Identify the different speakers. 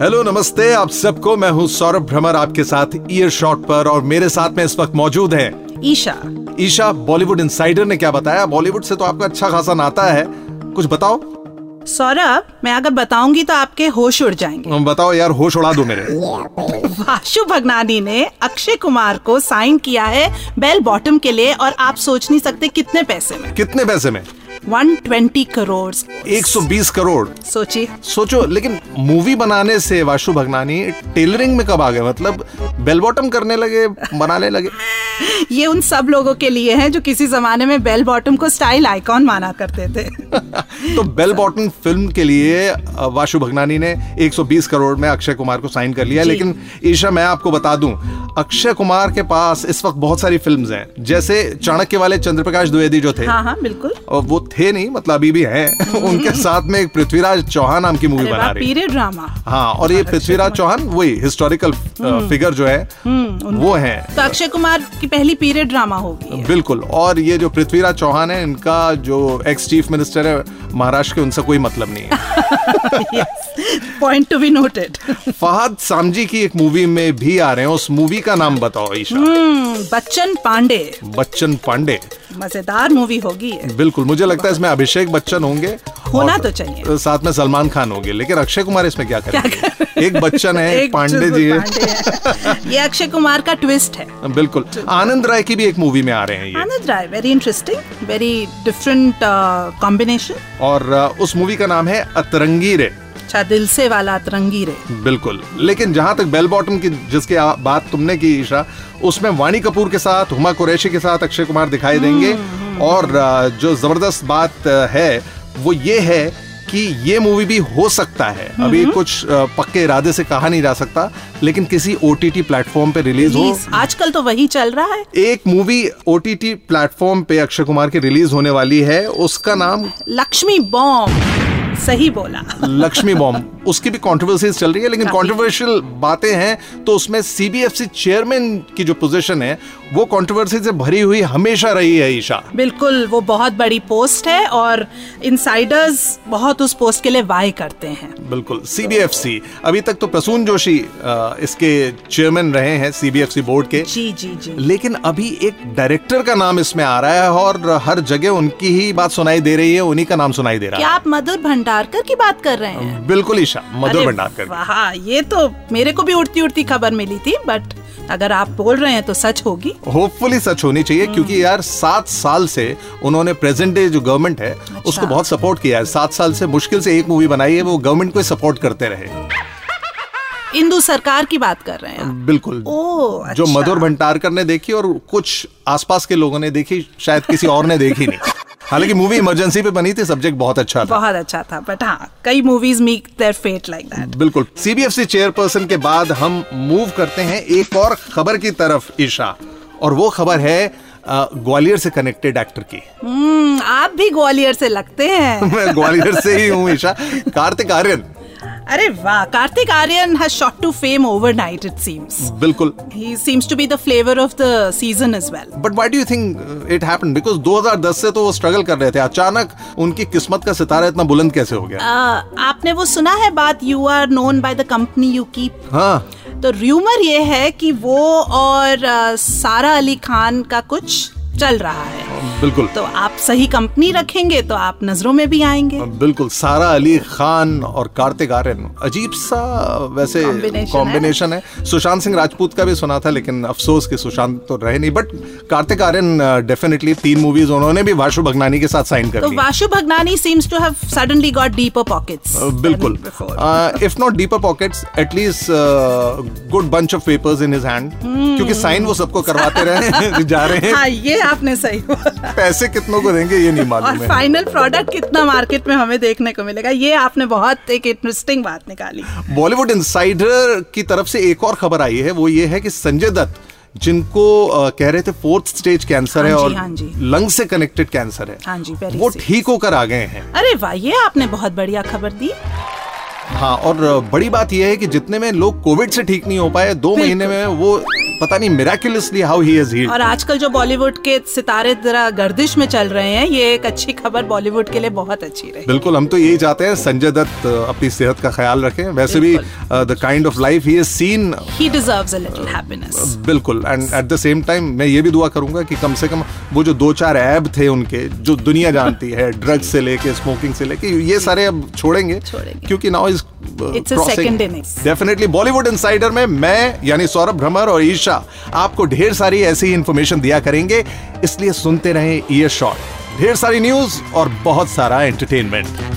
Speaker 1: Hello नमस्ते आप सबको मैं हूँ सौरभ भ्रमर आपके साथ ईयर शॉट पर और मेरे साथ में इस वक्त मौजूद है
Speaker 2: ईशा
Speaker 1: ईशा बॉलीवुड इंसाइडर ने क्या बताया बॉलीवुड से तो आपका अच्छा खासा नाता है कुछ बताओ
Speaker 2: सौरभ मैं अगर बताऊंगी तो आपके होश उड़ जाएंगे
Speaker 1: बताओ यार होश उड़ा दो मेरे
Speaker 2: वाशु भगनानी ने अक्षय कुमार को साइन किया है बेल बॉटम के लिए और आप सोच नहीं सकते कितने पैसे में
Speaker 1: कितने पैसे में
Speaker 2: 120 करोड़
Speaker 1: 120 करोड़
Speaker 2: सोचिए
Speaker 1: सोचो लेकिन मूवी बनाने से वाशु भगनानी टेलरिंग में कब आ गए मतलब बेल बॉटम करने लगे बनाने लगे
Speaker 2: ये उन सब लोगों के लिए है जो किसी जमाने में बेल बॉटम को स्टाइल आइकॉन माना करते थे
Speaker 1: तो बेल बॉटम फिल्म के लिए अ, वाशु भगनानी ने 120 करोड़ में अक्षय कुमार को साइन कर लिया
Speaker 2: जी।
Speaker 1: लेकिन ईशा मैं आपको बता दूं अक्षय कुमार के पास इस वक्त बहुत सारी फिल्म्स हैं जैसे चाणक्य वाले चंद्रप्रकाश द्विवेदी जो थे
Speaker 2: हाँ हाँ बिल्कुल
Speaker 1: और वो थे नहीं मतलब अभी भी हैं उनके साथ में एक पृथ्वीराज चौहान नाम की मूवी बना रही है
Speaker 2: पीरियड ड्रामा
Speaker 1: हाँ और
Speaker 2: अच्छा।
Speaker 1: ये पृथ्वीराज चौहान वही हिस्टोरिकल
Speaker 2: हम्म।
Speaker 1: फिगर जो है वो है
Speaker 2: तो अक्षय कुमार की पहली पीरियड ड्रामा होगी ये।
Speaker 1: बिल्कुल और ये जो पृथ्वीराज चौहान है इनका जो एक्स चीफ मिनिस्टर है महाराष्ट्र के उनसे कोई मतलब नहीं है
Speaker 2: point to be noted
Speaker 1: Farhad Samji की एक मूवी में भी आ रहे हैं उस मूवी का नाम बताओ
Speaker 2: हम्म।
Speaker 1: ईशा
Speaker 2: बच्चन पांडे
Speaker 1: बच्चन पांडे
Speaker 2: मजेदार मूवी होगी ये
Speaker 1: बिल्कुल मुझे लगता है इसमें अभिषेक बच्चन होंगे
Speaker 2: होना
Speaker 1: और
Speaker 2: तो चाहिए।
Speaker 1: अ, साथ में सलमान खान होंगे लेकिन अक्षय कुमार इसमें क्या करेंगे एक बच्चन है एक
Speaker 2: एक
Speaker 1: पांडे
Speaker 2: चुलबुल
Speaker 1: जी है
Speaker 2: पांडे हैं। ये अक्षय कुमार का ट्विस्ट है
Speaker 1: बिल्कुल आनंद राय की भी एक मूवी में आ रहे हैं ये
Speaker 2: Anand Rai very interesting very different combination
Speaker 1: और अ, उस मूवी का नाम है अतरंगी रे
Speaker 2: अच्छा दिल से वाला तरंगी रे
Speaker 1: बिल्कुल लेकिन जहां तक बेल बॉटम की जिसकी आ- बात तुमने की ईशा उसमें वाणी कपूर के साथ हुमा कुरैशी के साथ अक्षय कुमार दिखाई देंगे और आ, जो जबरदस्त बात आ, है वो ये है कि ये मूवी भी हो सकता है अभी कुछ आ, पक्के इरादे से कहा नहीं जा सकता लेकिन किसी ओ प्लेटफॉर्म पे रिलीज हो
Speaker 2: Please, आजकल तो वही चल रहा है
Speaker 1: एक मूवी ओ प्लेटफॉर्म पे अक्षय कुमार की रिलीज होने वाली है उसका नाम
Speaker 2: लक्ष्मी बॉम्ब सही बोला
Speaker 1: लक्ष्मी बॉम्ब उसकी भी कंट्रोवर्सीज चल रही है लेकिन
Speaker 2: काफी।
Speaker 1: कंट्रोवर्शियल बातें हैं तो उसमें सीबीएफसी चेयरमैन की जो पोजीशन है वो कंट्रोवर्सी से भरी हुई हमेशा रही है ईशा
Speaker 2: बिल्कुल वो बहुत बड़ी पोस्ट है और इनसाइडर्स बहुत उस पोस्ट के लिए वाई करते हैं
Speaker 1: बिल्कुल सीबीएफसी अभी तक तो प्रसून जोशी अ, इसके चेयरमैन रहे हैं सीबीएफसी बोर्ड के
Speaker 2: जी जी जी
Speaker 1: लेकिन अभी एक डायरेक्टर का नाम इसमें आ रहा है और हर जगह उनकी ही बात सुनाई दे रही है उन्हीं का नाम सुनाई दे
Speaker 2: क्या
Speaker 1: रहा
Speaker 2: आप मधुर भंडारकर की बात कर रहे हैं
Speaker 1: है बिल्कुल ईशा मधुर
Speaker 2: अरे
Speaker 1: भंडारकर
Speaker 2: वाह ये तो मेरे को भी उड़ती उड़ती खबर मिली थी बट अगर आप बोल रहे हैं तो सच होगी
Speaker 1: होपफुली सच होनी चाहिए
Speaker 2: Hmm.
Speaker 1: क्योंकि यार सात साल से उन्होंने प्रेजेंट डे जो गवर्नमेंट है
Speaker 2: अच्छा।
Speaker 1: उसको बहुत सपोर्ट किया है सात साल से मुश्किल से एक मूवी बनाई है वो गवर्नमेंट को ही सपोर्ट करते रहे
Speaker 2: इंदू सरकार की बात कर रहे हैं आप।
Speaker 1: बिल्कुल
Speaker 2: ओ अच्छा।
Speaker 1: जो मधुर भंडारकर ने देखी और कुछ आसपास के लोगों ने देखी शायद किसी और ने देखी नहीं हालांकि मूवी इमरजेंसी पे बनी थी सब्जेक्ट बहुत अच्छा था
Speaker 2: बहुत अच्छा था बट हाँ कई movies meek their fate like that
Speaker 1: बिल्कुल सीबीएफसी चेयरपर्सन के बाद हम मूव करते हैं एक और खबर की तरफ ईशा और वो खबर है अ, ग्वालियर से कनेक्टेड एक्टर की
Speaker 2: हम्म आप भी ग्वालियर से लगते हैं
Speaker 1: मैं ग्वालियर से ही हूँ ईशा कार्तिक आर्यन
Speaker 2: अरे वाह Kartik Aaryan has shot to fame overnight it seems
Speaker 1: बिल्कुल
Speaker 2: ही seems to be the flavour of the season as well
Speaker 1: but why do you think it happen because 2010 से तो वो स्ट्रगल कर रहे थे अचानक उनकी किस्मत का सितारा इतना बुलंद कैसे हो गया
Speaker 2: आपने वो सुना है बात you are known by the company you keep
Speaker 1: हाँ
Speaker 2: तो र्यूमर ये है कि वो और अ, सारा अली खान का कुछ चल रहा है
Speaker 1: बिल्कुल
Speaker 2: तो आप सही कंपनी रखेंगे तो आप नजरों में भी आएंगे तो
Speaker 1: बिल्कुल सारा अली खान और कार्तिक आर्यन अजीब सा वैसे
Speaker 2: Combination
Speaker 1: कॉम्बिनेशन है सुशांत सिंह राजपूत का भी सुना था लेकिन अफसोस कि सुशांत तो रहे नहीं बट कार्तिक आर्यन डेफिनेटली तीन मूवीज उन्होंने भी वाशु भगनानी के साथ साइन कर
Speaker 2: तो
Speaker 1: ली
Speaker 2: Vashu Bhagnani seems to have suddenly got deeper pockets
Speaker 1: Uh, बिल्कुल if not deeper pockets at least good bunch of papers in his hand क्योंकि साइन वो सबको करवाते रहे जा रहे हैं
Speaker 2: हाँ ये आपने सही बोला
Speaker 1: पैसे कितनों को देंगे ये नहीं
Speaker 2: और
Speaker 1: मालूम है
Speaker 2: फाइनल प्रोडक्ट कितना मार्केट में हमें देखने को मिलेगा ये आपने बहुत एक इंटरेस्टिंग बात निकाली
Speaker 1: बॉलीवुड इंसाइडर की तरफ से एक और खबर आई है वो ये है कि संजय दत्त जिनको अ, कह रहे थे फोर्थ स्टेज कैंसर है
Speaker 2: हाँ जी,
Speaker 1: और
Speaker 2: हाँ जी।
Speaker 1: लंग से कनेक्टेड कैंसर है
Speaker 2: हाँ जी, very
Speaker 1: वो
Speaker 2: serious।
Speaker 1: ठीक होकर आ गए हैं
Speaker 2: अरे वाह ये आपने बहुत बढ़िया खबर दी
Speaker 1: uh, हाँ और अ, बड़ी बात यह है कि जितने में लोग कोविड से ठीक नहीं हो पाए दो महीने में वो पता नहीं miraculously how he is heeled
Speaker 2: और आजकल जो बॉलीवुड के सितारे जरा गर्दिश में चल रहे हैं ये एक अच्छी खबर बॉलीवुड के लिए बहुत अच्छी रही
Speaker 1: बिल्कुल हम तो यही चाहते हैं संजय दत्त अ, अपनी सेहत का ख्याल रखें वैसे भी the kind of life he is seen
Speaker 2: he deserves a little happiness
Speaker 1: बिल्कुल and at the same time मैं ये भी दुआ करूंगा कि कम से कम वो जो दो चार ऐब थे उनके जो दुनिया जानती है ड्रग से लेके स्मोकिंग से लेके ये सारे अब छोड़ेंगे
Speaker 2: छोड़ेंगे।
Speaker 1: क्योंकि now is
Speaker 2: It's a second innings.
Speaker 1: Definitely Bollywood insider में मैं यानी सौरभ भ्रमर और ईशा आपको ढेर सारी ऐसी इंफॉर्मेशन दिया करेंगे इसलिए सुनते रहें ईयर शॉट ढेर सारी न्यूज और बहुत सारा एंटरटेनमेंट